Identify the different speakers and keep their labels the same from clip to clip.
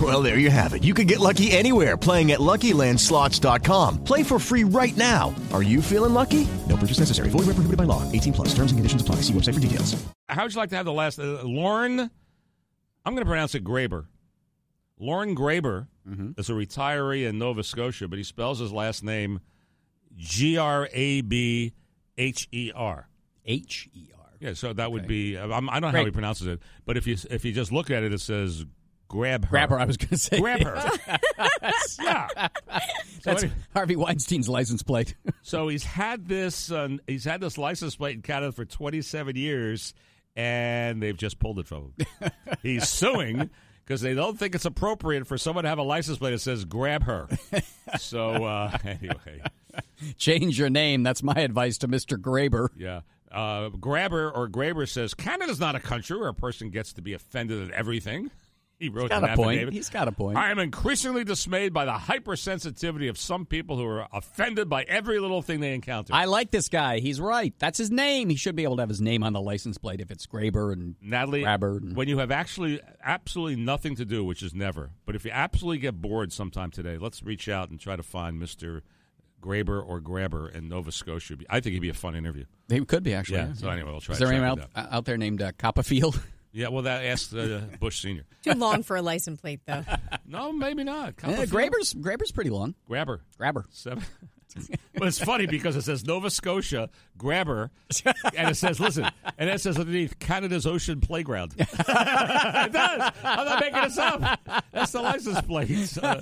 Speaker 1: Well, there you have it. You can get lucky anywhere playing at LuckyLandSlots.com. Play for free right now. Are you feeling lucky? No purchase necessary. Void where prohibited by law. 18 plus. Terms and conditions apply. See website for details.
Speaker 2: How would you like to have the last uh, Lauren? I'm going to pronounce it Graber. Lauren Graber
Speaker 3: Mm-hmm.
Speaker 2: is a retiree in Nova Scotia, but he spells his last name G R A B H E R.
Speaker 3: H E R.
Speaker 2: Yeah, so that would be uh, I'm, I don't know how
Speaker 3: Great.
Speaker 2: he pronounces it, but if you if you just look at it, it says grab her.
Speaker 3: Grab her. I was going to say.
Speaker 2: Grab her. yeah. So
Speaker 3: That's
Speaker 2: any-
Speaker 3: Harvey Weinstein's license plate.
Speaker 2: So he's had this uh, he's had this license plate in Canada for 27 years, and they've just pulled it from him. he's suing because they don't think it's appropriate for someone to have a license plate that says "grab her." so uh, anyway,
Speaker 3: Change your name. That's my advice to Mr. Graber.
Speaker 2: yeah. Uh, grabber or Graber says Canada's not a country where a person gets to be offended at everything. He wrote
Speaker 3: got
Speaker 2: an
Speaker 3: a point.
Speaker 2: affidavit.
Speaker 3: He's got a point.
Speaker 2: I am increasingly dismayed by the hypersensitivity of some people who are offended by every little thing they encounter.
Speaker 3: I like this guy. He's right. That's his name. He should be able to have his name on the license plate if it's Graber and
Speaker 2: Natalie,
Speaker 3: Grabber. and-
Speaker 2: when you have actually absolutely nothing to do, which is never, but if you absolutely get bored sometime today, let's reach out and try to find Mr. Graber or Grabber in Nova Scotia. I think he'd be a fun interview.
Speaker 3: They could be actually.
Speaker 2: Yeah, so anyway, we'll try
Speaker 3: Is
Speaker 2: to
Speaker 3: there
Speaker 2: track
Speaker 3: anyone
Speaker 2: it
Speaker 3: out, out there named uh, Copperfield?
Speaker 2: Yeah, well, that asked uh, Bush Sr.
Speaker 4: Too long for a license plate, though.
Speaker 2: No, maybe not.
Speaker 3: Eh,
Speaker 2: Copperfield?
Speaker 3: Graber's Graber's pretty long.
Speaker 2: Grabber.
Speaker 3: Grabber.
Speaker 2: Seven. well, it's funny because it says Nova Scotia, Grabber, and it says, listen, and it says underneath Canada's Ocean Playground. it does. I'm not making this up. That's the license plate. Uh,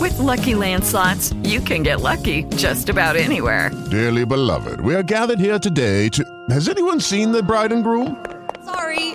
Speaker 5: With Lucky Land slots, you can get lucky just about anywhere.
Speaker 6: Dearly beloved, we are gathered here today to. Has anyone seen the bride and groom?
Speaker 4: sorry,